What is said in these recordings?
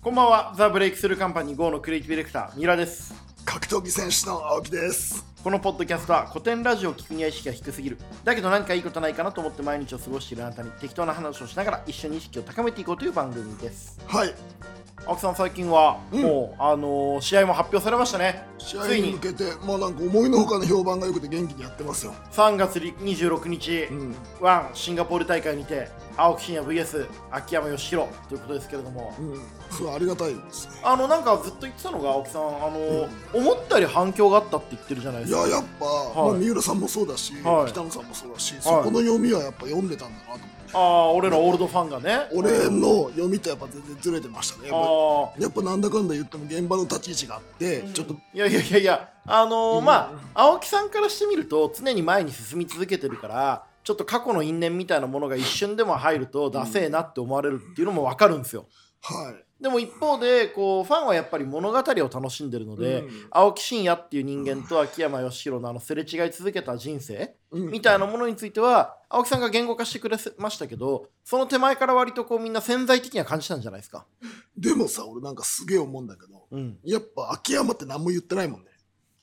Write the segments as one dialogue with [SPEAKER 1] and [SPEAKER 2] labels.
[SPEAKER 1] こんばんは、ザ・ブレイクスルーカンパニー GO のクリエイティブディレクター、三浦です。
[SPEAKER 2] 格闘技選手の青木です
[SPEAKER 1] このポッドキャストは古典ラジオを聞くには意識が低すぎる。だけど何かいいことないかなと思って毎日を過ごしているあなたに適当な話をしながら一緒に意識を高めていこうという番組です。
[SPEAKER 2] はい
[SPEAKER 1] 青木さん、最近は
[SPEAKER 2] うん
[SPEAKER 1] もう、あのー試合も発表されましたね。
[SPEAKER 2] 試合
[SPEAKER 1] つい
[SPEAKER 2] に
[SPEAKER 1] に
[SPEAKER 2] 向けてまあなんか思いのほかの評判が良くて元気にやってますよ
[SPEAKER 1] 3月26日、
[SPEAKER 2] ん
[SPEAKER 1] ワンシンガポール大会にて、青木真也 VS 秋山義弘ということですけれども、
[SPEAKER 2] うんすごいありがたいですね
[SPEAKER 1] あのなんかずっと言ってたのが青木さん、あの思ったより反響があったって言ってるじゃないで
[SPEAKER 2] い
[SPEAKER 1] すか。
[SPEAKER 2] ややっぱ、
[SPEAKER 1] い
[SPEAKER 2] まあ、三浦さんもそうだし、
[SPEAKER 1] はい
[SPEAKER 2] 北野さんもそうだし、そこの読みはやっぱ読んでたんだなと思って
[SPEAKER 1] ああ、俺らオールドファンがね。
[SPEAKER 2] 俺の読みとやっぱ全然ずれてましたねやっぱ
[SPEAKER 1] ああ。
[SPEAKER 2] やっぱなんだかんだ言っても現場の立ち位置があって、ちょっと
[SPEAKER 1] いやいやいやいや、あのー
[SPEAKER 2] うん
[SPEAKER 1] まあ、青木さんからしてみると、常に前に進み続けてるから、ちょっと過去の因縁みたいなものが一瞬でも入ると、ダセえなって思われるっていうのも分かるんですよ。
[SPEAKER 2] はい
[SPEAKER 1] でも一方で、こう、ファンはやっぱり物語を楽しんでるので、
[SPEAKER 2] うん
[SPEAKER 1] 青木真也っていう人間と秋山義弘のあのすれ違い続けた人生
[SPEAKER 2] うん
[SPEAKER 1] みたいなものについては青木さんが言語化してくれましたけどその手前から割とこうみんな潜在的には感じたんじゃないですか。
[SPEAKER 2] でもさ俺なんかすげえ思うんだけど
[SPEAKER 1] うん、
[SPEAKER 2] やっぱ秋山って何も言ってないもんね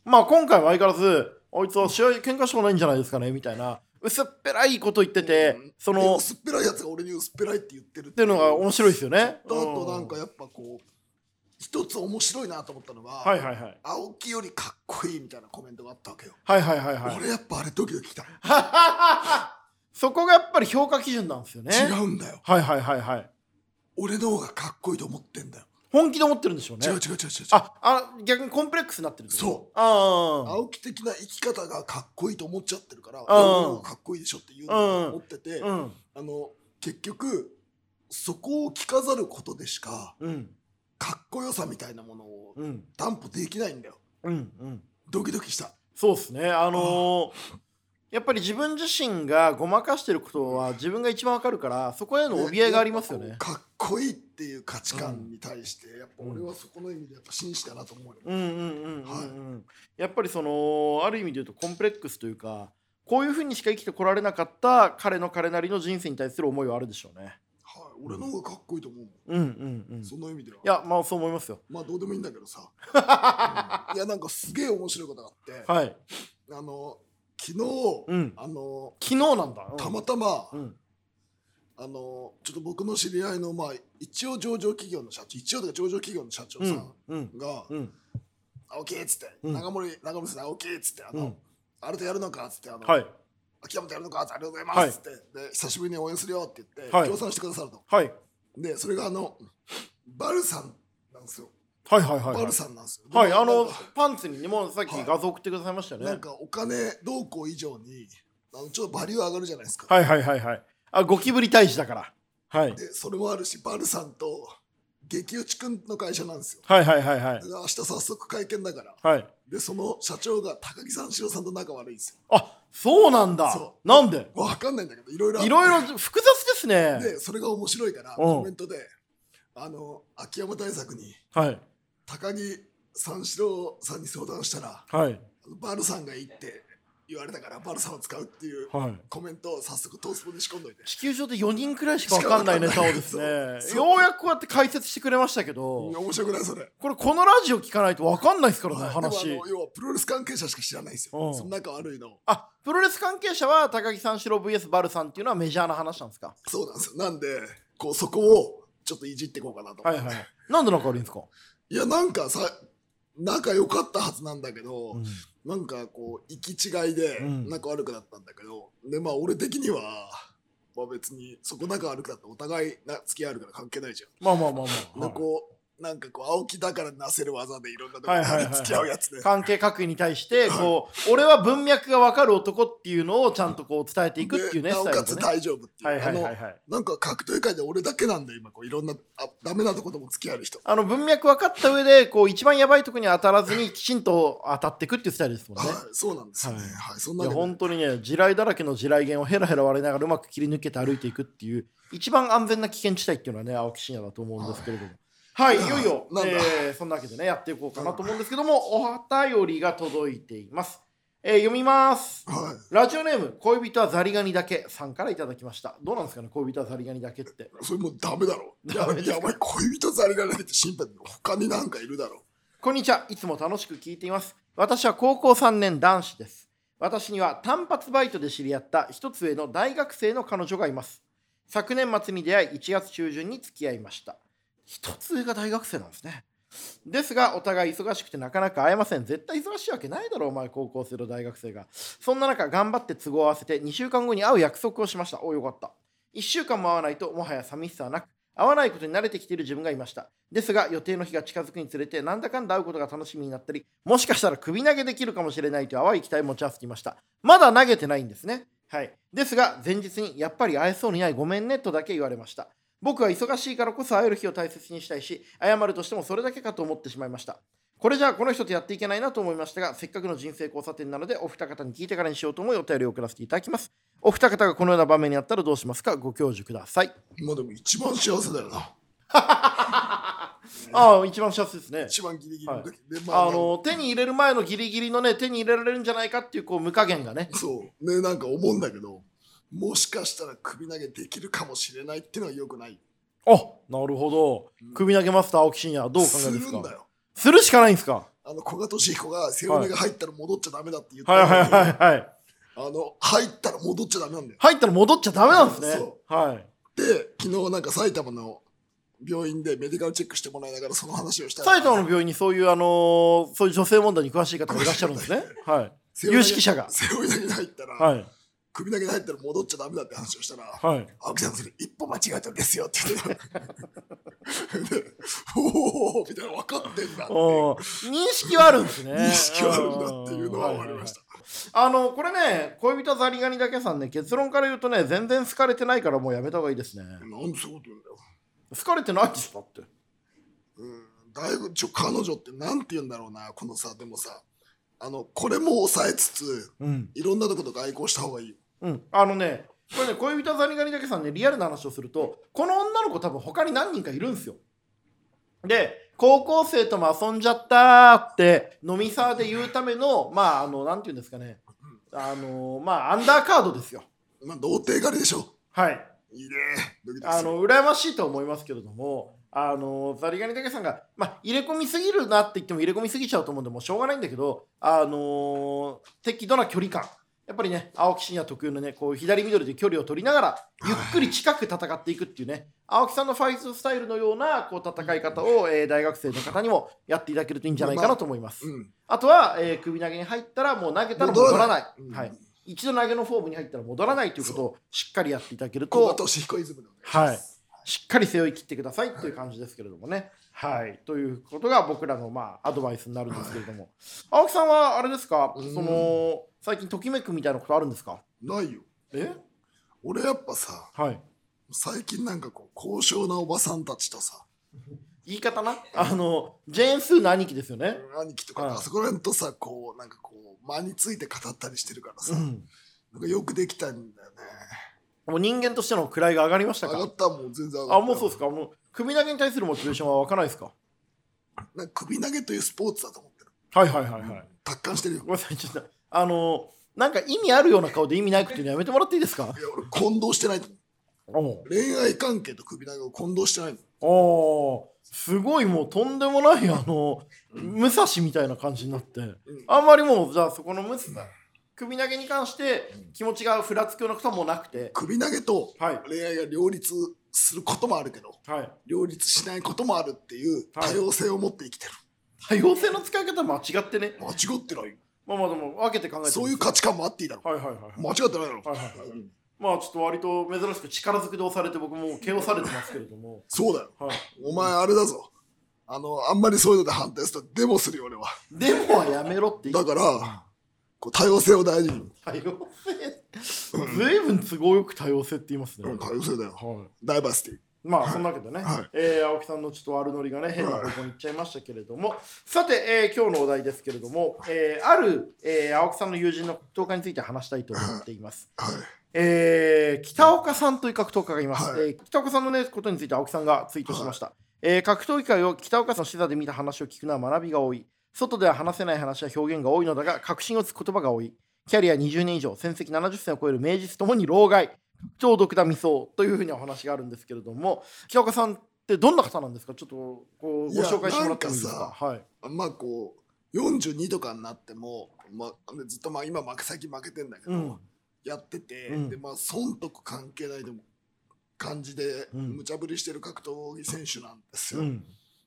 [SPEAKER 1] まあ今回は相変わらずあいつは試合喧嘩したことないんじゃないですかねみたいな薄っぺらいこと言ってて
[SPEAKER 2] うん
[SPEAKER 1] そ
[SPEAKER 2] で
[SPEAKER 1] のっ
[SPEAKER 2] 薄っぺらいやつが俺に薄っぺらいって言ってるって
[SPEAKER 1] いうのが面白いですよね。
[SPEAKER 2] あとなんか
[SPEAKER 1] う
[SPEAKER 2] やっぱこう一つ面白いなと思ったのは、
[SPEAKER 1] はいはいはい
[SPEAKER 2] 青木よりかっこいいみたいなコメントがあったわけよ、
[SPEAKER 1] はいはいはいはい。
[SPEAKER 2] 俺やっぱあれドキドキきた、
[SPEAKER 1] そこがやっぱり評価基準なんですよね。
[SPEAKER 2] 違うんだよ
[SPEAKER 1] はいはいはいはい。
[SPEAKER 2] 俺の方がかっこいいと思ってんだよ、
[SPEAKER 1] 本気で思ってるんでしょうね。
[SPEAKER 2] 違う違う違う違う
[SPEAKER 1] ああ逆にコンプレックスになってるってこと
[SPEAKER 2] そう
[SPEAKER 1] あ
[SPEAKER 2] 青木的な生き方がかっこいいと思っちゃってるから、
[SPEAKER 1] ん
[SPEAKER 2] 俺の方がかっこいいでしょっていうのを思ってて、
[SPEAKER 1] あうん
[SPEAKER 2] あの結局そこを着飾ることでしか
[SPEAKER 1] うん
[SPEAKER 2] かっこよさみたいなものを
[SPEAKER 1] うん
[SPEAKER 2] 担保できないんだよ
[SPEAKER 1] うんうん
[SPEAKER 2] ドキドキした
[SPEAKER 1] そうですねあのーやっぱり自分自身がごまかしてることは自分が一番わかるからそこへの怯えがありますよね
[SPEAKER 2] かっこいいっていう価値観に対して、やっぱ俺はそこの意味でやっぱ紳士だなと思うよ、
[SPEAKER 1] うんうんうんうんうん、
[SPEAKER 2] は
[SPEAKER 1] やっぱりそのある意味で言うとコンプレックスというかこういうふうにしか生きてこられなかった彼の彼なりの人生に対する思いはあるでしょうね
[SPEAKER 2] はい、俺の方がかっこいいと思う、
[SPEAKER 1] うんうんうんい
[SPEAKER 2] その意味ではい
[SPEAKER 1] やまあそう思いますよ
[SPEAKER 2] まあどうでもいいんだけど さいやなんかすげえ面白いことがあって、
[SPEAKER 1] はい
[SPEAKER 2] あの昨日、
[SPEAKER 1] うん
[SPEAKER 2] あの
[SPEAKER 1] 昨日なんだ、うん
[SPEAKER 2] たまたま、
[SPEAKER 1] うん
[SPEAKER 2] あのちょっと僕の知り合いのまあ一応上場企業の社長一応というか上場企業の社長
[SPEAKER 1] う
[SPEAKER 2] さ
[SPEAKER 1] ん
[SPEAKER 2] ん
[SPEAKER 1] うん
[SPEAKER 2] が
[SPEAKER 1] うんうん
[SPEAKER 2] 「青木」っつって「
[SPEAKER 1] うん
[SPEAKER 2] 長森長森さん青木」っつってあの、
[SPEAKER 1] うん
[SPEAKER 2] あれとやるのか」っつってあの、
[SPEAKER 1] はい
[SPEAKER 2] 秋山とやるのかありがとうございます、
[SPEAKER 1] はい
[SPEAKER 2] っつってで久しぶりに応援するよって言って、
[SPEAKER 1] はい
[SPEAKER 2] 協賛してくださると
[SPEAKER 1] はい
[SPEAKER 2] でそれがあのバルさんなんですよ、
[SPEAKER 1] はいはいはいはい
[SPEAKER 2] バルさんなんですよ
[SPEAKER 1] はい
[SPEAKER 2] で
[SPEAKER 1] あの
[SPEAKER 2] なんか
[SPEAKER 1] パンツにねもうさっき
[SPEAKER 2] はい
[SPEAKER 1] 画像送ってくださいましたよね、
[SPEAKER 2] なんかお金どうこう以上にあのちょっとバリュー上がるじゃないですか、
[SPEAKER 1] はいはいはいはいあゴキブリ退治だからはい
[SPEAKER 2] でそれもあるしバルさんと激打ちくんの会社なんですよ
[SPEAKER 1] はいはいはいはい
[SPEAKER 2] だから明日早速会見だから
[SPEAKER 1] はい
[SPEAKER 2] でその社長が高木さん志郎さんと仲悪いんです
[SPEAKER 1] あそうなんだ
[SPEAKER 2] そ
[SPEAKER 1] なんで
[SPEAKER 2] よわかんないんだけどいろいろあっ
[SPEAKER 1] い
[SPEAKER 2] て
[SPEAKER 1] ろいろ複雑ですね
[SPEAKER 2] でそれが面白いから
[SPEAKER 1] うん
[SPEAKER 2] コメントであの秋山大作に
[SPEAKER 1] はい
[SPEAKER 2] 高木三四郎さんに相談したら
[SPEAKER 1] はい
[SPEAKER 2] バルさんがいいって言われたからバルさんを使うっていう
[SPEAKER 1] はい
[SPEAKER 2] コメントを早速トースポに仕込んどいて
[SPEAKER 1] 地球上で4人くらいしか分かんないネタをですね
[SPEAKER 2] しか
[SPEAKER 1] よ
[SPEAKER 2] わ
[SPEAKER 1] うやくこうやって解説してくれましたけど
[SPEAKER 2] いや面白くないそれ
[SPEAKER 1] これこのラジオ聞かないと分かんないですからね
[SPEAKER 2] はいで
[SPEAKER 1] 話
[SPEAKER 2] もあの要はプロレス関係者しか知らないんですよ、
[SPEAKER 1] うん
[SPEAKER 2] その仲悪いの
[SPEAKER 1] あプロレス関係者は高木三四郎 VS バルさんっていうのはメジャーな話なんですか
[SPEAKER 2] そうなんですよなんでこうそこをちょっといじっていこうかなと、
[SPEAKER 1] はいはいなんで仲悪いんですか、
[SPEAKER 2] いやなんかさ仲良かったはずなんだけど、
[SPEAKER 1] うん
[SPEAKER 2] なんかこう行き違いで
[SPEAKER 1] うん
[SPEAKER 2] 仲悪くなったんだけど、でまあ俺的には、まあ、別にそこ仲悪くなってお互いな付き合いあるから関係ないじゃ
[SPEAKER 1] まあまあまあ
[SPEAKER 2] ん、
[SPEAKER 1] まあ
[SPEAKER 2] でこうなんかこう青木だからなせる技でいろんなとこ
[SPEAKER 1] はいはいはい
[SPEAKER 2] に付き合うやつで、
[SPEAKER 1] 関係各位に対して こう俺は文脈が分かる男っていうのをちゃんとこう伝えていくっていうね
[SPEAKER 2] でな
[SPEAKER 1] ス
[SPEAKER 2] お
[SPEAKER 1] タイ
[SPEAKER 2] か
[SPEAKER 1] ルで
[SPEAKER 2] つ
[SPEAKER 1] ね
[SPEAKER 2] 大丈夫っていう、
[SPEAKER 1] はいはいはい
[SPEAKER 2] あの
[SPEAKER 1] はい
[SPEAKER 2] なんか格闘界で俺だけなんだよ今こういろんなあダメなとことも付き合える人、
[SPEAKER 1] あの文脈分かった上でこう一番やばいとこに当たらずにきちんと当たっていくっていうスタイルですもん
[SPEAKER 2] はい
[SPEAKER 1] ね。
[SPEAKER 2] そうなんですよね
[SPEAKER 1] は
[SPEAKER 2] はいい、そん
[SPEAKER 1] い
[SPEAKER 2] な
[SPEAKER 1] や
[SPEAKER 2] わけで
[SPEAKER 1] 本当にね地雷だらけの地雷原をヘラヘラ割れながらうまく切り抜けて歩いていくっていう一番安全な危険地帯っていうのはね青木真也だと思うんですけれども。はい、いよいよ
[SPEAKER 2] なんだ
[SPEAKER 1] えーそんなわけでねやっていこうかなと思うんですけどもお便りが届いています。えー読みます
[SPEAKER 2] はい。
[SPEAKER 1] ラジオネーム恋人はザリガニだけさんからいただきましたどうなんですかね恋人はザリガニだけって
[SPEAKER 2] それもうダメだろ。いや
[SPEAKER 1] ダメ、
[SPEAKER 2] いやお前恋人ザリガニって審判他になんかいるだろ。
[SPEAKER 1] こんにちは。いつも楽しく聞いています。私は高校3年男子です。私には単発バイトで知り合った一つ上の大学生の彼女がいます。昨年末に出会い1月中旬に付き合いました。一つ上が大学生なんですね。ですが、お互い忙しくてなかなか会えません。絶対忙しいわけないだろう、お前、高校生の大学生が。そんな中、頑張って都合を合わせて2週間後に会う約束をしました。およかった。1週間も会わないと、もはや寂しさはなく、会わないことに慣れてきている自分がいました。ですが、予定の日が近づくにつれて、なんだかんだ会うことが楽しみになったり、もしかしたら首投げできるかもしれないという淡い期待も持ち合わせていました。まだ投げてないんですね。はい。ですが、前日に、やっぱり会えそうにないごめんねとだけ言われました。僕は忙しいからこそ会える日を大切にしたいし、謝るとしてもそれだけかと思ってしまいました。これじゃあこの人とやっていけないなと思いましたが、せっかくの人生交差点なので、お二方に聞いてからにしようと思いお便りを送らせていただきます。お二方がこのような場面にあったらどうしますかご教授ください。
[SPEAKER 2] まあでも一番幸せだよな。
[SPEAKER 1] ああ、一番幸せですね。
[SPEAKER 2] 一番ギリギリの時。で、まあ、
[SPEAKER 1] あの手に入れる前のギリギリのね手に入れられるんじゃないかっていうこう無加減がね
[SPEAKER 2] そう。ね、なんか思うんだけど、もしかしたら首投げできるかもしれないっていうのはよくない。
[SPEAKER 1] あなるほど首投げマスター青木真也どうお考えです
[SPEAKER 2] するんだ
[SPEAKER 1] か
[SPEAKER 2] よ。
[SPEAKER 1] するしかないんですか
[SPEAKER 2] あの、古賀俊彦が背骨が入ったら戻っちゃダメだって言って
[SPEAKER 1] はいはい
[SPEAKER 2] たんだけ
[SPEAKER 1] はいはい
[SPEAKER 2] どあの、入ったら戻っちゃダメなんだよ。
[SPEAKER 1] 入ったら戻っちゃダメなんですね
[SPEAKER 2] そ
[SPEAKER 1] はい
[SPEAKER 2] で、昨日なんか埼玉の病院でメディカルチェックしてもらいながらその話をしたら
[SPEAKER 1] 埼玉の病院にそういうあのーそういう女性問題に詳しい方がいらっしゃるんです ねはい
[SPEAKER 2] 背負い投
[SPEAKER 1] 有
[SPEAKER 2] げ
[SPEAKER 1] 識者が
[SPEAKER 2] 背負い投げに入ったら、
[SPEAKER 1] はい
[SPEAKER 2] 首投げに入ったら戻っちゃダメだって話をしたら、
[SPEAKER 1] はい
[SPEAKER 2] 青木さんそれ一歩間違えたんですよって言って た。でおおみたいな分かってんだっていう
[SPEAKER 1] おー認識はあるんですね
[SPEAKER 2] 認識はあるんだっていうのは分かりました。
[SPEAKER 1] あのこれね恋人ザリガニだけさんね結論から言うとね全然好かれてないからもうやめた方がいいですね
[SPEAKER 2] なんでそういうこと言うんだよ。
[SPEAKER 1] 好かれてないですだって
[SPEAKER 2] うん、だいぶちょ彼女ってなんて言うんだろうなこのさでもさあのこれも抑えつつ
[SPEAKER 1] うん
[SPEAKER 2] いろんなとこと外交した方がいいよ。
[SPEAKER 1] うん、あのね、これね、恋人ザリガニだけさんね、リアルな話をすると、この女の子、多分他に何人かいるんですよ。で、高校生とも遊んじゃったーって、飲みサーで言うための、まあ、あの、なんて言うんですかね、あの、まあ、アンダーカードですよ。
[SPEAKER 2] まあ童貞狩りでしょ。
[SPEAKER 1] はい。
[SPEAKER 2] いいね。ドキドキ
[SPEAKER 1] あ
[SPEAKER 2] する。
[SPEAKER 1] の、羨ましいと思いますけれども、あの、ザリガニだけさんが、まあ、入れ込みすぎるなって言っても入れ込みすぎちゃうと思うんで、もうしょうがないんだけど、あの適度な距離感。やっぱりね、青木真也特有のね、こう左緑で距離を取りながら、ゆっくり近く戦っていくっていうね、青木さんのファイトスタイルのようなこう戦い方を、えー大学生の方にもやっていただけるといいんじゃないかなと思います。
[SPEAKER 2] うん。
[SPEAKER 1] あとは、えー首投げに入ったら、もう投げたら戻らない。
[SPEAKER 2] 戻らな
[SPEAKER 1] はいい、一度投げのフォームに入ったら戻らないということをしっかりやっていただける
[SPEAKER 2] 小
[SPEAKER 1] と
[SPEAKER 2] 型。俊彦イズムでお願いします。
[SPEAKER 1] しっかり背負い切ってくださいという感じですけれどもね。はい、ということが僕らの、まあ、アドバイスになるんですけれども、青木さんはあれですか、
[SPEAKER 2] うん
[SPEAKER 1] その最近ときめくみたいなことあるんですか
[SPEAKER 2] ないよ。
[SPEAKER 1] え
[SPEAKER 2] 俺やっぱさ
[SPEAKER 1] はい。
[SPEAKER 2] 最近なんかこう高尚なおばさんたちとさ
[SPEAKER 1] 言い方な、あの、ジェーン・スーの兄貴ですよね。
[SPEAKER 2] 兄貴とか
[SPEAKER 1] はい
[SPEAKER 2] あそこら辺とさこうなんかこう間について語ったりしてるから
[SPEAKER 1] う
[SPEAKER 2] さ、
[SPEAKER 1] ん。
[SPEAKER 2] なんかよくできたんだよね
[SPEAKER 1] もう人間としての位が上がりました
[SPEAKER 2] 上が
[SPEAKER 1] か
[SPEAKER 2] ったもう全然上がった
[SPEAKER 1] あ、もうそうですか。もう首投げに対するモチベーションは湧かないですか
[SPEAKER 2] なんか首投げというスポーツだと思ってる、
[SPEAKER 1] はいはいはいはい。
[SPEAKER 2] 達観してるよ
[SPEAKER 1] ごめんなさい、ちょっと、あの、なんか意味あるような顔で意味ないこと言うのやめてもらっていいですか
[SPEAKER 2] いや俺混同してないと思う
[SPEAKER 1] お
[SPEAKER 2] 恋愛関係と首投げを混同してないの
[SPEAKER 1] ああすごいもうとんでもないあの武蔵みたいな感じになって
[SPEAKER 2] うん
[SPEAKER 1] あんまりもうじゃあそこの武蔵首投げに関して気持ちがふらつくようなことはもうなくて
[SPEAKER 2] 首投げと
[SPEAKER 1] はい
[SPEAKER 2] 恋愛が両立することもあるけど
[SPEAKER 1] はい
[SPEAKER 2] 両立しないこともあるっていう
[SPEAKER 1] はい
[SPEAKER 2] 多様性を持って生きてる、
[SPEAKER 1] 多様性の使い方間違ってね
[SPEAKER 2] 間違ってないよ
[SPEAKER 1] まあまあでも分けて考えてる
[SPEAKER 2] そういう価値観もあっていいだろ
[SPEAKER 1] はいはいはいは
[SPEAKER 2] 間違ってないだろ
[SPEAKER 1] いはいはいはい
[SPEAKER 2] うん
[SPEAKER 1] まあちょっと割と珍しく力ずくで押されて僕もう KO されてますけれども
[SPEAKER 2] そうだよ
[SPEAKER 1] はい
[SPEAKER 2] お前あれだぞあのあんまりそういうので反対するとデモするよ俺は
[SPEAKER 1] でもはやめろって言
[SPEAKER 2] だ
[SPEAKER 1] う
[SPEAKER 2] からこう多様性を大事に、
[SPEAKER 1] 多 様性ずいぶん都合よく多様性って言いますね
[SPEAKER 2] うん多様性だよ
[SPEAKER 1] はい
[SPEAKER 2] ダイバーシティ
[SPEAKER 1] まあそんなわけでね、
[SPEAKER 2] はい
[SPEAKER 1] えー青木さんのちょっと悪ノリがね変な方向に行っちゃいましたけれども、さて、えー今日のお題ですけれども、えーある、えー青木さんの友人の格闘家について話したいと思っています。
[SPEAKER 2] はい
[SPEAKER 1] えー北岡さんという格闘家がいます、
[SPEAKER 2] はい
[SPEAKER 1] えー北岡さんの、ね、ことについて青木さんがツイートしました、えー格闘技界を北岡さんの視座で見た話を聞くのは学びが多い外では話せない話や表現が多いのだが確信をつく言葉が多いキャリア20年以上戦績70戦を超える名実ともに老害超独断未走というふうにお話があるんですけれども北岡さんってどんな方なんですかちょっとこう
[SPEAKER 2] い
[SPEAKER 1] ご
[SPEAKER 2] や
[SPEAKER 1] 紹介してもらってもいいですか
[SPEAKER 2] なんか
[SPEAKER 1] はい
[SPEAKER 2] まあこう42とかになっても、まあ、ずっとまあ今負け負けてんだけど、
[SPEAKER 1] うん
[SPEAKER 2] やってて、
[SPEAKER 1] うん
[SPEAKER 2] でまあ損得関係ないでも感じで
[SPEAKER 1] うん
[SPEAKER 2] 無茶ぶりしてる格闘技選手なんですよ。
[SPEAKER 1] う ん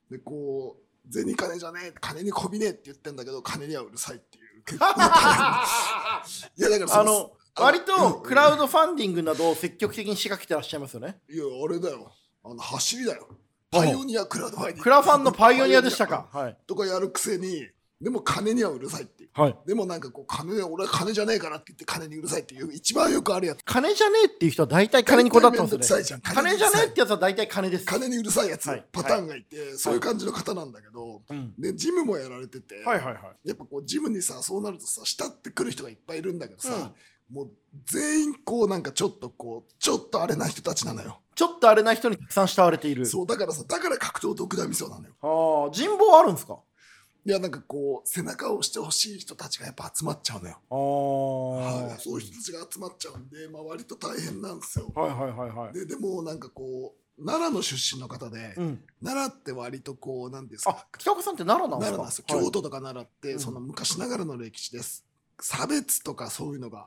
[SPEAKER 2] でこう銭金じゃねえ金にこびねえって言ってんだけど金にはうるさいっ ていう結構大変いやだからそ
[SPEAKER 1] あの
[SPEAKER 2] あ
[SPEAKER 1] 割と
[SPEAKER 2] うん
[SPEAKER 1] クラウドファンディングなどを積極的に仕掛けてらっしゃいますよね
[SPEAKER 2] いやあれだよあの走りだよ
[SPEAKER 1] あ
[SPEAKER 2] パイオニアクラウドファイディング
[SPEAKER 1] クラファンのパイオニアでしたかはい
[SPEAKER 2] とかやるくせにでも金にはうるさいっていう
[SPEAKER 1] はい
[SPEAKER 2] でもなんかこう金俺は金じゃねえからって言って金にうるさいっていう一番よくあるやつ
[SPEAKER 1] 金じゃねえっていう人は大体金にこだわってますよね
[SPEAKER 2] 金じゃねえ
[SPEAKER 1] 金じゃねえってやつは大体金です
[SPEAKER 2] 金にうるさいやつ
[SPEAKER 1] はい
[SPEAKER 2] パターンがいて、そういう感じの方なんだけど、
[SPEAKER 1] うん
[SPEAKER 2] でジムもやられてて、
[SPEAKER 1] はいはいはい
[SPEAKER 2] やっぱこうジムにさそうなるとさ慕ってくる人がいっぱいいるんだけどさ、
[SPEAKER 1] うん
[SPEAKER 2] もう全員こうなんかちょっとこうちょっとあれな人たちなのよ、
[SPEAKER 1] ちょっとあれな人にたくさん慕われている
[SPEAKER 2] そうだからさだから格闘独断みそうなのよ
[SPEAKER 1] ああ人望あるんですか
[SPEAKER 2] いやなんかこう背中を押してほしい人たちがやっぱ集まっちゃうのよ、
[SPEAKER 1] ああ
[SPEAKER 2] は、
[SPEAKER 1] はい
[SPEAKER 2] そういう人たちが集まっちゃうんで、まあ、割と大変なんですよ、
[SPEAKER 1] はいはいはいはい
[SPEAKER 2] ででもなんかこう奈良の出身の方で、
[SPEAKER 1] うん
[SPEAKER 2] 奈良って割とこうなんですか
[SPEAKER 1] あ北岡さんって奈良なんで
[SPEAKER 2] 奈
[SPEAKER 1] す
[SPEAKER 2] 良
[SPEAKER 1] か
[SPEAKER 2] な
[SPEAKER 1] はい
[SPEAKER 2] んですよ京都とか奈良って、
[SPEAKER 1] うん
[SPEAKER 2] その昔ながらの歴史です差別とかそういうのが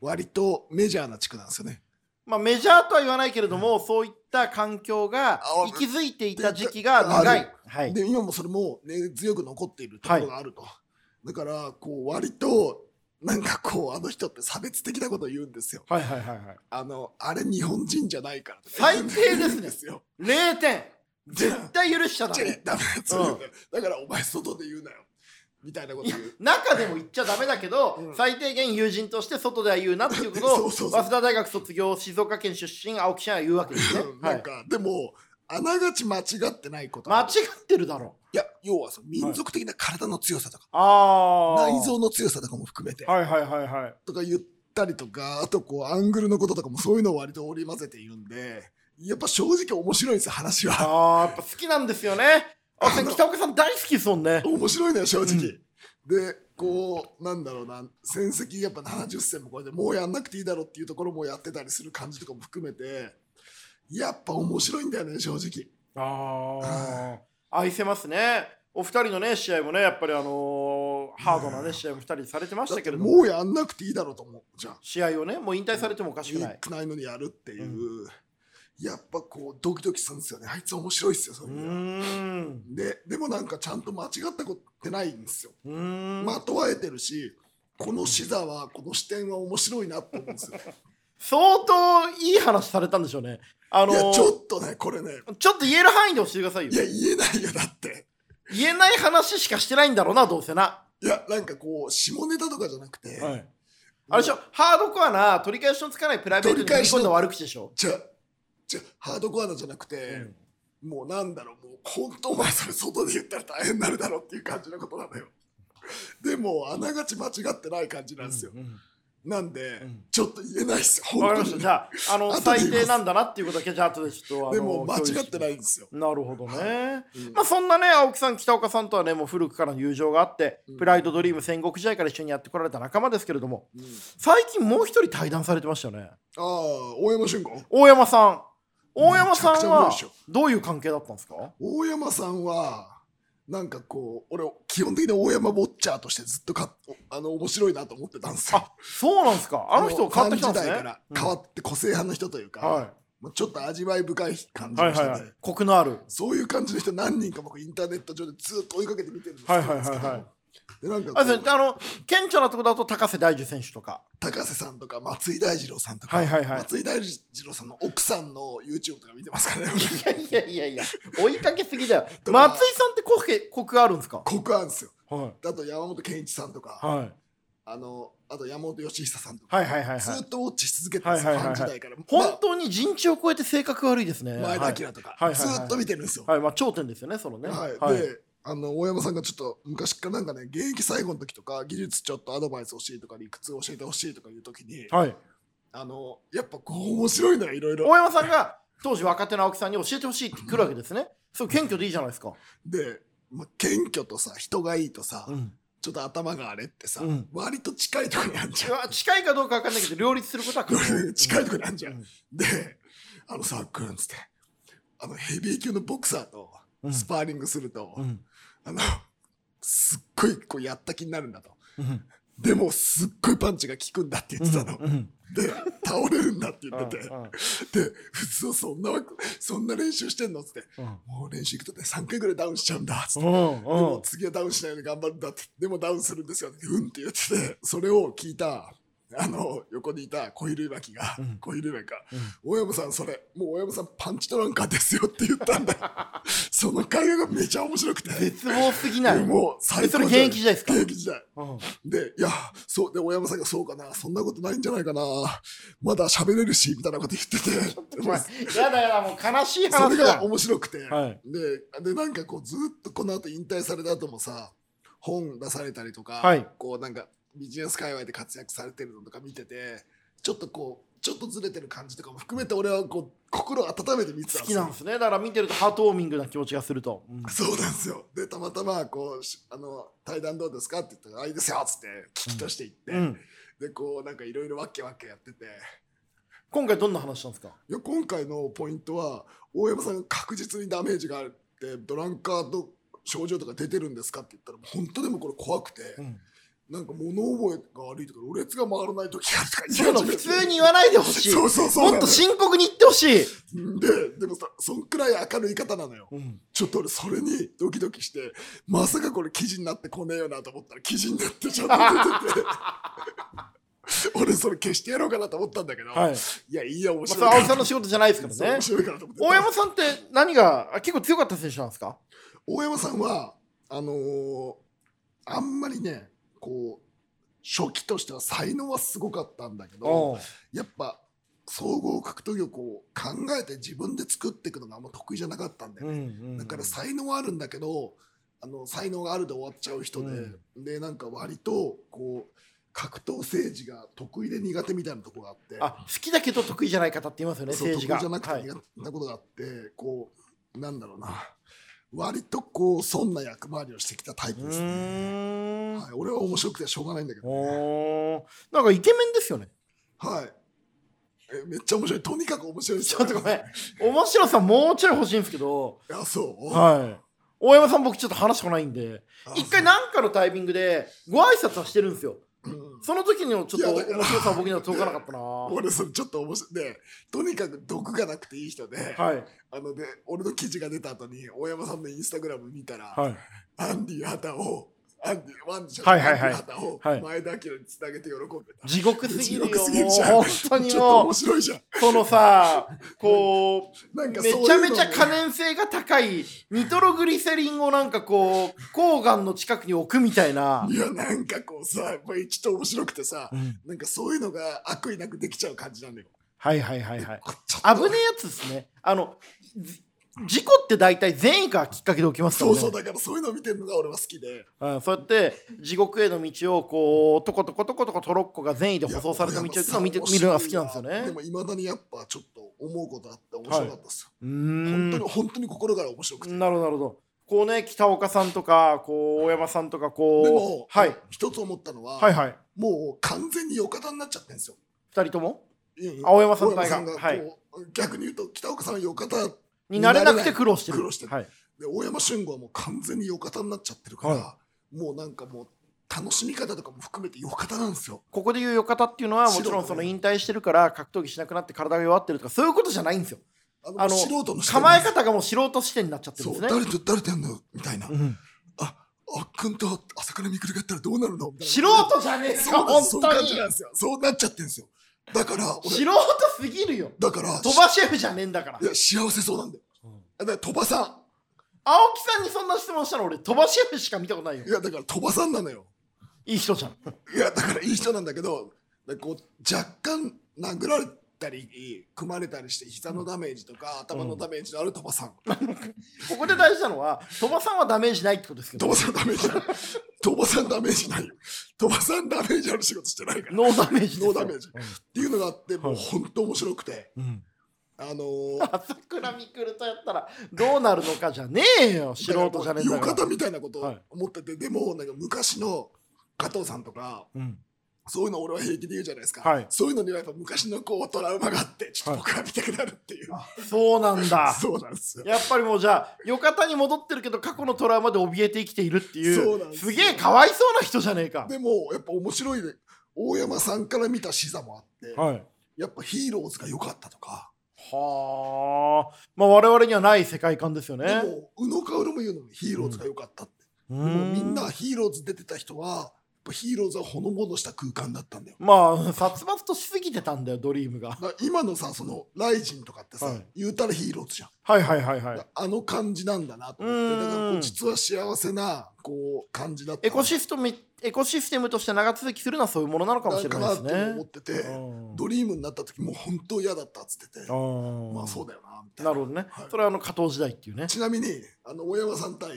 [SPEAKER 2] 割とメジャーな地区なんですよね
[SPEAKER 1] まあメジャーとは言わないけれども、そういった環境が
[SPEAKER 2] あ
[SPEAKER 1] 息づいていた時期が長
[SPEAKER 2] あ
[SPEAKER 1] いはい
[SPEAKER 2] で今もそれも根強く残っているところがあると、だからこう割となんかこうあの人って差別的なことを言うんですよ
[SPEAKER 1] はいはいはいはい
[SPEAKER 2] あのあれ日本人じゃないからとか
[SPEAKER 1] 最低ですね
[SPEAKER 2] 言うんですよ
[SPEAKER 1] 0点絶対許しちゃダ
[SPEAKER 2] じゃあ
[SPEAKER 1] メ
[SPEAKER 2] ダメだそういうのだからお前外で言うなよみたいなこと
[SPEAKER 1] いや
[SPEAKER 2] 言う
[SPEAKER 1] 中でも言っちゃダメだけど、
[SPEAKER 2] うん
[SPEAKER 1] 最低限友人として外では言うなっていうことを
[SPEAKER 2] そうそうそ
[SPEAKER 1] 早
[SPEAKER 2] う
[SPEAKER 1] 稲田大学卒業静岡県出身青木社は言うわけですね、
[SPEAKER 2] うん
[SPEAKER 1] は
[SPEAKER 2] なん
[SPEAKER 1] い、
[SPEAKER 2] か、でもあながち間違ってないこと
[SPEAKER 1] 間違
[SPEAKER 2] い
[SPEAKER 1] ってるだろ
[SPEAKER 2] や要はその民族的な体の強さとか、
[SPEAKER 1] ああ
[SPEAKER 2] 内臓の強さとかも含めて
[SPEAKER 1] はいはいはい はい
[SPEAKER 2] とか言ったりとかあとこうアングルのこととかもそういうのを割と織り交ぜているんでやっぱ正直面白いんですよ話は
[SPEAKER 1] ああやっぱ好きなんですよねあ
[SPEAKER 2] あの
[SPEAKER 1] 北岡さん大好きですもん ね
[SPEAKER 2] 面白いのよ正直、
[SPEAKER 1] うん
[SPEAKER 2] でこうなんだろうな戦績やっぱ70戦もこれでもうやんなくていいだろうっていうところもやってたりする感じとかも含めてやっぱ面白いんだよね正直
[SPEAKER 1] ああ愛せますねお二人のね試合もねやっぱりあのーハードなね試合も二人されてまし
[SPEAKER 2] だ
[SPEAKER 1] た
[SPEAKER 2] っ
[SPEAKER 1] け
[SPEAKER 2] て
[SPEAKER 1] れども
[SPEAKER 2] もうやんなくていいだろうと思うじゃん
[SPEAKER 1] 試合をねもう引退されてもおかしくない
[SPEAKER 2] くないのにやるっていう、やっぱこうドキドキするんですよねあいつ面白いっすよそうう
[SPEAKER 1] ー
[SPEAKER 2] いうの
[SPEAKER 1] ん
[SPEAKER 2] ででもなんかちゃんと間違ったことってないんですよ
[SPEAKER 1] うーん
[SPEAKER 2] まとわえてるしこの視座はこの視点は面白いなと思うんですよ
[SPEAKER 1] 相当いい話されたんでしょうねあの
[SPEAKER 2] い
[SPEAKER 1] ー
[SPEAKER 2] や
[SPEAKER 1] ち
[SPEAKER 2] ち
[SPEAKER 1] ょ
[SPEAKER 2] ょっとねこれね
[SPEAKER 1] っと言える範囲で教えてくださいよ
[SPEAKER 2] いや言えないよだって
[SPEAKER 1] 言えない話しかしてないんだろうなどうせな、
[SPEAKER 2] いやなんかこう下ネタとかじゃなくて、
[SPEAKER 1] い、あれでしょハードコアな取り返しのつかないプライベートに
[SPEAKER 2] 取り返しの
[SPEAKER 1] 込んだ悪口でしょ、
[SPEAKER 2] じゃじゃハードコアなじゃなくて、もうなんだろう、もう本当お前それ外で言ったら大変になるだろうっていう感じのことなのよ。でも、あながち間違ってない感じなんですよ。
[SPEAKER 1] うんうん
[SPEAKER 2] なんで、
[SPEAKER 1] うん
[SPEAKER 2] ちょっと言えないですよ、
[SPEAKER 1] わか
[SPEAKER 2] 本
[SPEAKER 1] り
[SPEAKER 2] 当
[SPEAKER 1] ました
[SPEAKER 2] に。
[SPEAKER 1] じゃああの
[SPEAKER 2] 後で
[SPEAKER 1] 最
[SPEAKER 2] 言います
[SPEAKER 1] 低なんだなっていうことだけじゃあ後でちょっとあの
[SPEAKER 2] でも、間違ってないいんですよ。
[SPEAKER 1] なるほどね、
[SPEAKER 2] うん
[SPEAKER 1] まあ、そんなね青木さん北岡さんとはねもう古くからの友情があって、
[SPEAKER 2] うん
[SPEAKER 1] プライドドリーム戦国時代から一緒にやってこられた仲間ですけれども
[SPEAKER 2] うん
[SPEAKER 1] 最近もう一人対談されてましたよね
[SPEAKER 2] ああ、大山俊吾
[SPEAKER 1] 大山さん大山さん
[SPEAKER 2] めちゃくちゃうまい
[SPEAKER 1] は
[SPEAKER 2] でしょ
[SPEAKER 1] どういう関係だったんですか
[SPEAKER 2] 大山さんは、なんかこう、俺、基本的に大山ボッチャーとしてずっとかあの面白いなと思ってたんですよ。
[SPEAKER 1] あそうなんですかあの人変わってきたんで
[SPEAKER 2] ファン
[SPEAKER 1] す
[SPEAKER 2] 時
[SPEAKER 1] ね
[SPEAKER 2] 代から変わって個性派の人というか、
[SPEAKER 1] は
[SPEAKER 2] まあちょっと味わい深い感
[SPEAKER 1] い、
[SPEAKER 2] じ
[SPEAKER 1] は
[SPEAKER 2] の
[SPEAKER 1] い
[SPEAKER 2] 人
[SPEAKER 1] は
[SPEAKER 2] で、
[SPEAKER 1] いはいコクのある
[SPEAKER 2] そういう感じの人何人か僕インターネット上でずっと追いかけて見てるんですけ
[SPEAKER 1] は
[SPEAKER 2] ど、
[SPEAKER 1] いはいはいはい
[SPEAKER 2] でなんかこ
[SPEAKER 1] あそううあの顕著なところだと高瀬大樹選手とか
[SPEAKER 2] 高瀬さんとか松井大二郎さんとか、
[SPEAKER 1] はいはいはい
[SPEAKER 2] 松井大二郎さんの奥さんの YouTube とか見てますから ね
[SPEAKER 1] いやいやいやいや追いかけすぎだよ
[SPEAKER 2] とか
[SPEAKER 1] 松井さんってコケコクあるんですか
[SPEAKER 2] 国案ですよ
[SPEAKER 1] はい
[SPEAKER 2] あと山本健一さんとか、
[SPEAKER 1] はい
[SPEAKER 2] あのあと山本義久さんとか、
[SPEAKER 1] はいはいはいはい
[SPEAKER 2] ずっとウォッチし続けてるんですよ、
[SPEAKER 1] はいはいはいはい
[SPEAKER 2] ファン時代から、
[SPEAKER 1] 本当に人知を超えて性格悪いですね
[SPEAKER 2] まあ前田明とか、
[SPEAKER 1] はいはいはいはい
[SPEAKER 2] ずっと見てるんですよ、
[SPEAKER 1] はい、はい、まあ頂点ですよねそのね
[SPEAKER 2] はい
[SPEAKER 1] はい
[SPEAKER 2] であの大山さんがちょっと昔からなんかね現役最後の時とか技術ちょっとアドバイス欲しいとか理屈教えてほしいとかいう時に、
[SPEAKER 1] はい
[SPEAKER 2] あのやっぱこう面白いのよいろいろ
[SPEAKER 1] 大山さんが当時若手の青木さんに教えてほしいって来るわけですねそう謙虚でいいじゃないですか
[SPEAKER 2] でまあ、謙虚とさ、人がいいとさ、
[SPEAKER 1] うん
[SPEAKER 2] ちょっと頭があれってさ、
[SPEAKER 1] うん
[SPEAKER 2] 割と近いとこにあんじゃ
[SPEAKER 1] うわ近いかどうか分かんないけど両立することは可能
[SPEAKER 2] ん。 近いとこにあんじゃん。
[SPEAKER 1] うん
[SPEAKER 2] で、あのさ、くんつって、あのヘビー級のボクサーと
[SPEAKER 1] うん
[SPEAKER 2] スパーリングすると、
[SPEAKER 1] うん
[SPEAKER 2] あの、すっごいこうやった気になるんだと。
[SPEAKER 1] うん
[SPEAKER 2] でも、すっごいパンチが効くんだって言ってたの。
[SPEAKER 1] うん
[SPEAKER 2] で、倒れるんだって言
[SPEAKER 1] う
[SPEAKER 2] っ
[SPEAKER 1] ん
[SPEAKER 2] てて。で、普通そんなわけ、そんな練習してんのっつって、もう練習行くとね、3回ぐらいダウンしちゃうんだっつって。
[SPEAKER 1] うん
[SPEAKER 2] で
[SPEAKER 1] う
[SPEAKER 2] も
[SPEAKER 1] ん
[SPEAKER 2] 次はダウンしないように頑張るんだって。でもダウンするんですよって、うんって言ってて、それを聞いた、あの、横にいた小比類巻が、
[SPEAKER 1] うん
[SPEAKER 2] 小比類巻が、
[SPEAKER 1] うん
[SPEAKER 2] 大山さんそれ、もう大山さんパンチトランカーですよって言った んだよ。その会話がめちゃ面白くて。
[SPEAKER 1] 絶望すぎない
[SPEAKER 2] もう最
[SPEAKER 1] えそ
[SPEAKER 2] 高
[SPEAKER 1] れ
[SPEAKER 2] じゃん
[SPEAKER 1] 現役時代ですか
[SPEAKER 2] 現役時代。
[SPEAKER 1] うん
[SPEAKER 2] で、いや、そう、で、大山さんがそうかな、そんなことないんじゃないかな、まだ喋れるし、みたいなこと言ってて、
[SPEAKER 1] お前やだやだもう悲しい
[SPEAKER 2] そ
[SPEAKER 1] 話
[SPEAKER 2] れ
[SPEAKER 1] だ
[SPEAKER 2] が面白くて、
[SPEAKER 1] はい
[SPEAKER 2] で、で、なんかこう、ずっとこの後引退された後もさ、本出されたりとか、
[SPEAKER 1] はい
[SPEAKER 2] こう、なんか、ビジネス界隈で活躍されてるのとか見てて、ちょっとこう、ちょっとずれてる感じとかも含めて、俺はこう、心温めて見てた
[SPEAKER 1] 好
[SPEAKER 2] ん
[SPEAKER 1] きなんですねだから見てるとハートウォーミングな気持ちがするとうん
[SPEAKER 2] そうなんですよ。で、たまたま、こうし、あの、対談どうですかって言ったら、あ、いいですよっつって、聞きとしていって、
[SPEAKER 1] うん
[SPEAKER 2] で、こう、なんかいろいろわっけわっけやってて、
[SPEAKER 1] 今回どんな話なんですか
[SPEAKER 2] いや今回のポイントは大山さんが確実にダメージがあるってドランカーと症状とか出てるんですかって言ったら本当でもこれ怖くて、
[SPEAKER 1] うん
[SPEAKER 2] なんか物覚えが悪いとか俺列が回らない時があるとか
[SPEAKER 1] そういうの普通に言わないでほしい
[SPEAKER 2] そうそうそう
[SPEAKER 1] もっと深刻に言ってほしい
[SPEAKER 2] ででもさそんくらい明るい方なのよ
[SPEAKER 1] うん
[SPEAKER 2] ちょっと俺それにドキドキしてまさかこれ記事になってこねえよなと思ったら記事になってちゃんと 出てて俺それ消してやろうかなと思ったんだけど、
[SPEAKER 1] はいまあ
[SPEAKER 2] い、やいいや面
[SPEAKER 1] そ
[SPEAKER 2] 白い
[SPEAKER 1] れは
[SPEAKER 2] から
[SPEAKER 1] 青木さんの仕事じゃないですからね
[SPEAKER 2] 面白いからと思って
[SPEAKER 1] 大山さんって何があ結構強かった選手なんですか
[SPEAKER 2] 大山さんはあのーあんまりねこう初期としては才能はすごかったんだけど
[SPEAKER 1] うん
[SPEAKER 2] やっぱ総合格闘技をこう考えて自分で作っていくのがあんま得意じゃなかったんだよ、
[SPEAKER 1] うんうん
[SPEAKER 2] だから才能はあるんだけどあの才能があるで終わっちゃう人で、でなんか割とこう格闘政治が得意で苦手みたいなとこがあって
[SPEAKER 1] あ好きだけど得意じゃない方って言いますよね
[SPEAKER 2] そう
[SPEAKER 1] 政治が
[SPEAKER 2] 得意じゃなく
[SPEAKER 1] は
[SPEAKER 2] て
[SPEAKER 1] い
[SPEAKER 2] やったことがあって、こうなんだろうな割とこうそんな役回りをしてきたタイ
[SPEAKER 1] う
[SPEAKER 2] プですね、
[SPEAKER 1] ーん
[SPEAKER 2] はい、俺は面白くてしょうがないんだけど、ね
[SPEAKER 1] おーなんかイケメンですよね。
[SPEAKER 2] はい、えめっちゃ面白いとにかく面白いです
[SPEAKER 1] ち
[SPEAKER 2] よ
[SPEAKER 1] ょっとご めん。面白さもうちょい欲しいんですけど、
[SPEAKER 2] いやそう、
[SPEAKER 1] はい。大山さん僕ちょっと話来ないんで、
[SPEAKER 2] あ
[SPEAKER 1] 一回なんかのタイミングでご挨拶はしてるんですよ。
[SPEAKER 2] うん
[SPEAKER 1] その時のちょっと
[SPEAKER 2] いやだから
[SPEAKER 1] 面白さは僕には届かなかったな。は
[SPEAKER 2] 俺それちょっと面白いでとにかく毒がなくていい人で、
[SPEAKER 1] い。
[SPEAKER 2] あので俺の記事が出た後に大山さんのインスタグラム見たら、
[SPEAKER 1] はい。
[SPEAKER 2] アンディ・ハタをアンディ・ワンちゃん
[SPEAKER 1] はいはいはい
[SPEAKER 2] アンディハタ
[SPEAKER 1] は
[SPEAKER 2] を
[SPEAKER 1] い
[SPEAKER 2] 前田明につなげて喜んでた、
[SPEAKER 1] 地獄すぎるよ、も
[SPEAKER 2] 地獄すぎる
[SPEAKER 1] う
[SPEAKER 2] じゃん
[SPEAKER 1] 本当に
[SPEAKER 2] ちょっと
[SPEAKER 1] も
[SPEAKER 2] 面
[SPEAKER 1] う、
[SPEAKER 2] 白いじゃん。
[SPEAKER 1] そのさ、こう、
[SPEAKER 2] なんか
[SPEAKER 1] め
[SPEAKER 2] そういう
[SPEAKER 1] ちゃ
[SPEAKER 2] のも
[SPEAKER 1] めちゃ可燃性が高いニトログリセリンをなんかこう、抗がんの近くに置くみたいな。
[SPEAKER 2] いや、なんかこうさ、これちょっと面白くてさ
[SPEAKER 1] う、ん
[SPEAKER 2] なんかそういうのが悪意なくできちゃう感じなんだよ。
[SPEAKER 1] はいはいはいはい。
[SPEAKER 2] ちょっと
[SPEAKER 1] 危ねえやつですね。あの、じ事故って大体善意がきっかけで起きますから
[SPEAKER 2] そ
[SPEAKER 1] ね。
[SPEAKER 2] うそう、だからそういうの見てるのが俺は好きで。
[SPEAKER 1] うん、そうやって地獄への道をこう、とことことことこトロッコが善意で舗装された道をいつも見て見るのが好きなんですよね
[SPEAKER 2] で。も、いまだにやっぱちょっと思うことあって面白かったですよ。
[SPEAKER 1] う
[SPEAKER 2] 本
[SPEAKER 1] ん。な
[SPEAKER 2] 当
[SPEAKER 1] る
[SPEAKER 2] に、本当に心から面白く
[SPEAKER 1] ほ
[SPEAKER 2] て。
[SPEAKER 1] ど、なるほど。こうね、北岡さんとか、こう、大山さんとか、
[SPEAKER 2] で
[SPEAKER 1] こう、
[SPEAKER 2] も
[SPEAKER 1] はい、、
[SPEAKER 2] 一つ思ったのは、
[SPEAKER 1] はいはい。
[SPEAKER 2] もう完全に横方になっちゃってるんですよ。
[SPEAKER 1] 二人とも
[SPEAKER 2] いやいや
[SPEAKER 1] 青山さんの
[SPEAKER 2] 青
[SPEAKER 1] 会が
[SPEAKER 2] こう
[SPEAKER 1] はい
[SPEAKER 2] 逆に言うと、北岡さんは横方
[SPEAKER 1] になれなくて苦労してる。
[SPEAKER 2] 苦労してる
[SPEAKER 1] はい。
[SPEAKER 2] で大山俊吾はもう完全に横方になっちゃってるから、
[SPEAKER 1] は
[SPEAKER 2] もうなんかもう楽しみ方とかも含めて横方なんですよ。
[SPEAKER 1] ここで言うよ方っていうのは、もちろんその引退してるから格闘技しなくなって体が弱ってるとか、そういうことじゃないんですよ。
[SPEAKER 2] あ
[SPEAKER 1] あの
[SPEAKER 2] 素人の視点
[SPEAKER 1] 構え方がもう素人視点になっちゃってるん
[SPEAKER 2] そ
[SPEAKER 1] で
[SPEAKER 2] う
[SPEAKER 1] すね。
[SPEAKER 2] 誰と誰とやんのみたいな。
[SPEAKER 1] うん
[SPEAKER 2] あっくんと朝からみくるがやったらどうなるのみたいな
[SPEAKER 1] 素人じゃねえ
[SPEAKER 2] そう
[SPEAKER 1] か、
[SPEAKER 2] なんで
[SPEAKER 1] 本
[SPEAKER 2] すそういう
[SPEAKER 1] 当
[SPEAKER 2] 感
[SPEAKER 1] に
[SPEAKER 2] じ。なんですよ。そうなっちゃってるんですよ。だから
[SPEAKER 1] 素
[SPEAKER 2] 俺、
[SPEAKER 1] 人すぎるよ。
[SPEAKER 2] だから、
[SPEAKER 1] 鳥羽シェフじゃねえんだから
[SPEAKER 2] い。や幸せそうなんだよ。だから鳥羽さ
[SPEAKER 1] 青木さんにそんな質問したの俺、鳥羽シェフしか見たことないよ
[SPEAKER 2] ん。い。やだから鳥羽さんなのよ。
[SPEAKER 1] いい人じゃん。
[SPEAKER 2] いやだからいい人なんだけど、だからこう若干殴られたり、組まれたりして膝のダメージとか頭のダメージのある鳥羽さん
[SPEAKER 1] ここで大事なのは、鳥羽さんはダメージないってことですけ
[SPEAKER 2] 鳥
[SPEAKER 1] ど、
[SPEAKER 2] 羽さんダメージない。鳥羽さんダメージないよ。鳥羽さんダメージある仕事してないから。っ
[SPEAKER 1] ノーダメージですよ。
[SPEAKER 2] ノーダメージ
[SPEAKER 1] うん
[SPEAKER 2] ていうのがあって、もう
[SPEAKER 1] はい
[SPEAKER 2] 本当面白くて。
[SPEAKER 1] うん
[SPEAKER 2] あのー
[SPEAKER 1] 朝倉未来とやったらどうなるのかじゃねえよ素人じゃねえんだ
[SPEAKER 2] よ
[SPEAKER 1] か
[SPEAKER 2] からたみたいなこと
[SPEAKER 1] はい
[SPEAKER 2] を思ってて、でもなんか昔の加藤さんとか
[SPEAKER 1] うん
[SPEAKER 2] そういうの俺は平気で言うじゃないですか、
[SPEAKER 1] はい
[SPEAKER 2] そういうのにはやっぱ昔のこうトラウマがあってちょっと僕は見たくなるっていう、
[SPEAKER 1] そうなんだ
[SPEAKER 2] そうなんですよ
[SPEAKER 1] やっぱりもうじゃあよかたに戻ってるけど過去のトラウマで怯えて生きているってい
[SPEAKER 2] そうな
[SPEAKER 1] うん
[SPEAKER 2] ですすよ
[SPEAKER 1] げえかわいそうな人じゃねえか
[SPEAKER 2] でもやっぱ面白いね大山さんから見た視座もあって、
[SPEAKER 1] はい
[SPEAKER 2] やっぱヒーローズが良かったとか、
[SPEAKER 1] はあまあ我々にはない世界観ですよね
[SPEAKER 2] でも宇野薫も言うのにヒーローズが良かったって、
[SPEAKER 1] う
[SPEAKER 2] でも
[SPEAKER 1] ー
[SPEAKER 2] みんなヒーローズ出てた人はやっぱヒーローズはほのぼのした空間だったんだよ
[SPEAKER 1] まあ殺伐としすぎてたんだよドリームが
[SPEAKER 2] だから今のさそのライジンとかってさ、
[SPEAKER 1] はい
[SPEAKER 2] 言うたらヒーローズじゃん、
[SPEAKER 1] はいはいはいはい
[SPEAKER 2] あの感じなんだなと思って
[SPEAKER 1] うん
[SPEAKER 2] だからこう実は幸せなこう感じだった
[SPEAKER 1] エコシステムエコシステムとして長続きするのはそういうものなのかもしれないですね
[SPEAKER 2] んかなって思ってて、
[SPEAKER 1] うん
[SPEAKER 2] ドリームになった時もう本当嫌だったっつってて、
[SPEAKER 1] うん
[SPEAKER 2] まあそうだよなみたいな
[SPEAKER 1] なるほどね、
[SPEAKER 2] はい
[SPEAKER 1] それはあの加藤時代っていうね
[SPEAKER 2] ちなみにあの大山さん対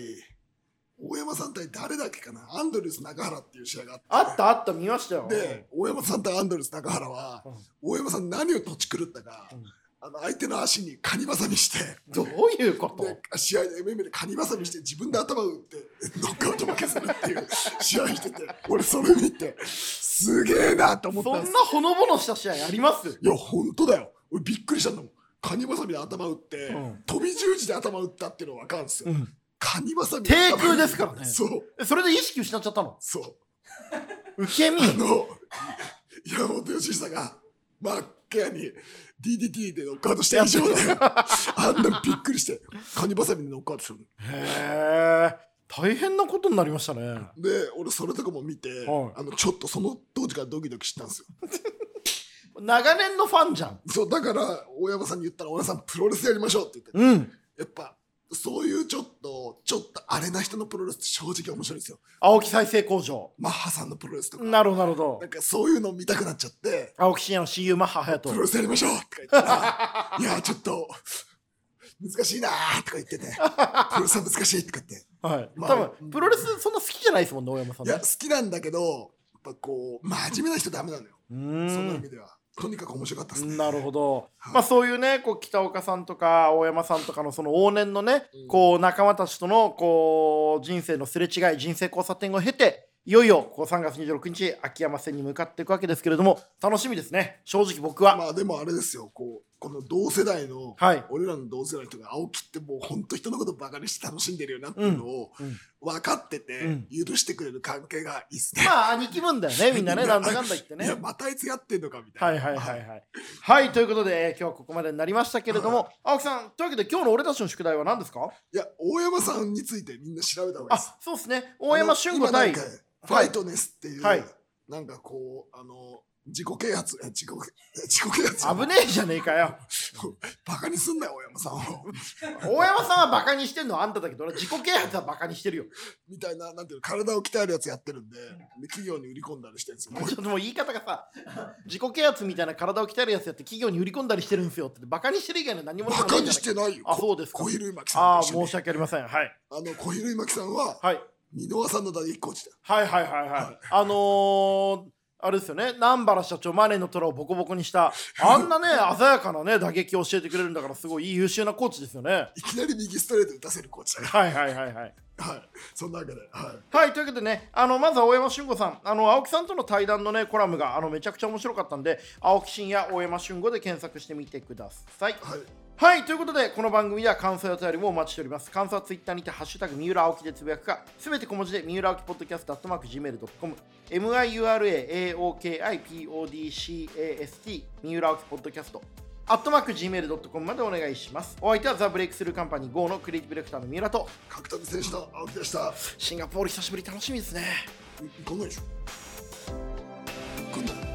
[SPEAKER 2] 大山さん対誰だっけかなアンドリュース中原っていう試合があって
[SPEAKER 1] あったあった見ましたよ
[SPEAKER 2] で、大山さんとアンドレス中原は、
[SPEAKER 1] うん
[SPEAKER 2] 大山さん何を土地狂ったか、
[SPEAKER 1] うん
[SPEAKER 2] あの相手の足にカニバサミして、
[SPEAKER 1] どういうこと
[SPEAKER 2] で試合で MMA でカニバサミして自分で頭を打ってノックアウト負けするっ ていう試合してて俺それ見てすげえなと思っ
[SPEAKER 1] そ
[SPEAKER 2] たん
[SPEAKER 1] ん
[SPEAKER 2] です
[SPEAKER 1] なほのぼのした試合あります
[SPEAKER 2] いや本当だよ俺びっくりしたんだもんカニバサミで頭打って、
[SPEAKER 1] うん
[SPEAKER 2] 飛び十字で頭打ったっていうのは分かるんですよ、
[SPEAKER 1] うん
[SPEAKER 2] カニバサミで頭打った
[SPEAKER 1] 低空ですからね
[SPEAKER 2] そう
[SPEAKER 1] えそれで意識失っちゃったの
[SPEAKER 2] そう
[SPEAKER 1] 受け身
[SPEAKER 2] あの、 山本義久が、真っ赤に DDT でノックアウトして以上で、 あんなびっくりして、カニバサミでノックアウトする
[SPEAKER 1] へえ大変なことになりましたね
[SPEAKER 2] の。で、俺それとかも見て、
[SPEAKER 1] はい
[SPEAKER 2] あの、ちょっとその当時からドキドキしたんですよ。
[SPEAKER 1] 長年のファンじゃん
[SPEAKER 2] そう、だから、大山さんに言ったら、大山さんプロレスやりましょうって言って、
[SPEAKER 1] うん
[SPEAKER 2] やっぱ、そういうちょっと、ちょっとあれな人のプロレスって正直面白いんですよ。
[SPEAKER 1] 青木再生工場
[SPEAKER 2] マッハさんのプロレスとか。
[SPEAKER 1] なるほどなるほど
[SPEAKER 2] なんかそういうの見たくなっちゃって、
[SPEAKER 1] 青木真也の CU マッハ隼
[SPEAKER 2] プ
[SPEAKER 1] 人
[SPEAKER 2] ロレスやりましょうとか 言ってさいや、ちょっと、難しいなーとか 言ってね、プロレスは難しいとか言って。
[SPEAKER 1] はい、
[SPEAKER 2] まあ
[SPEAKER 1] 多分プロレスそんな好きじゃないですもんね大山さん
[SPEAKER 2] い
[SPEAKER 1] ね
[SPEAKER 2] や、好きなんだけど、やっぱこう、真面目な人ダメなのよ。
[SPEAKER 1] う
[SPEAKER 2] そ
[SPEAKER 1] ー
[SPEAKER 2] の意
[SPEAKER 1] ん
[SPEAKER 2] 味では。とにかく面白かったですね。
[SPEAKER 1] なるほど、
[SPEAKER 2] はい
[SPEAKER 1] まあ、そういうねこう北岡さんとか大山さんとかのその往年のね、
[SPEAKER 2] うん
[SPEAKER 1] こう仲間たちとのこう人生のすれ違い人生交差点を経ていよいよこう3月26日秋山戦に向かっていくわけですけれども楽しみですね正直僕は、
[SPEAKER 2] まあでもあれですよ、こう、この同世代の、
[SPEAKER 1] はい
[SPEAKER 2] 俺らの同世代の人が青木ってもう本当人のことバカにして楽しんでるよなっていうのを
[SPEAKER 1] うん
[SPEAKER 2] 分かってて、
[SPEAKER 1] うん
[SPEAKER 2] 許してくれる関係がいいっすね。
[SPEAKER 1] まあ兄貴分だよ ねみんなねなんだかんだ言ってね
[SPEAKER 2] いや、またあいつやってんのかみた
[SPEAKER 1] はいい
[SPEAKER 2] な。
[SPEAKER 1] はいはいはいはいということで、えー今日はここまでになりましたけれども、青木さんというわけで今日の俺たちの宿題は何ですか
[SPEAKER 2] いや、大山さんについてみんな調べた方がいいです。
[SPEAKER 1] あそうですね大山俊吾対
[SPEAKER 2] あの今なんかファイトネスっていう、
[SPEAKER 1] はい
[SPEAKER 2] なんかこうあの自己啓発え自己 え自己啓発
[SPEAKER 1] 危ねえじゃねえかよ
[SPEAKER 2] バカにすんなよ大山さん を
[SPEAKER 1] 大山さんはバカにしてんのはあんただけど俺自己啓発はバカにして るよ
[SPEAKER 2] みたいななんていうの体を鍛えるやつやってるんでで企業に売り込んだりしてるんですよ
[SPEAKER 1] ちょっともう言い方がさ自己啓発みたいな体を鍛えるやつやって企業に売り込んだりしてるんですよってバカにしてる以外の何も
[SPEAKER 2] バカにしてないよ
[SPEAKER 1] あそうですか
[SPEAKER 2] 小比類巻
[SPEAKER 1] ああ
[SPEAKER 2] さんと一緒
[SPEAKER 1] 申
[SPEAKER 2] に
[SPEAKER 1] し訳ありませんはい
[SPEAKER 2] あの小比類巻さんは
[SPEAKER 1] はい
[SPEAKER 2] 箕輪さんの第一コーチだよ
[SPEAKER 1] はいはいはいはいあのー、あれですよね南原社長マネーの虎をボコボコにしたあんな ね鮮やかなね打撃を教えてくれるんだからすごい優秀なコーチですよね
[SPEAKER 2] いきなり右ストレート打たせるコーチだよ
[SPEAKER 1] はいはいはいはい
[SPEAKER 2] はいそんなわけではい
[SPEAKER 1] はいというわけでねあのまずは大山俊吾さんあの青木さんとの対談のねコラムがあのめちゃくちゃ面白かったんで青木真也大山俊吾で検索してみてください
[SPEAKER 2] はい
[SPEAKER 1] はいということでこの番組では感想やお便りもお待ちしております感想はツイッターにて「ハッシュタグ三浦青木」でつぶやくかすべて小文字で三浦青木ポッドキャストアットマーク Gmail.com miuraaokipodcast 三浦青木ポッドキャストアットマーク Gmail.com までお願いしますお相手はザ・ブレイクスルーカンパニー GO のクリエイティブディレクターの三浦と
[SPEAKER 2] 角谷選手の青木でした
[SPEAKER 1] シンガポール久しぶり楽しみですね
[SPEAKER 2] い行かないでしょ来んな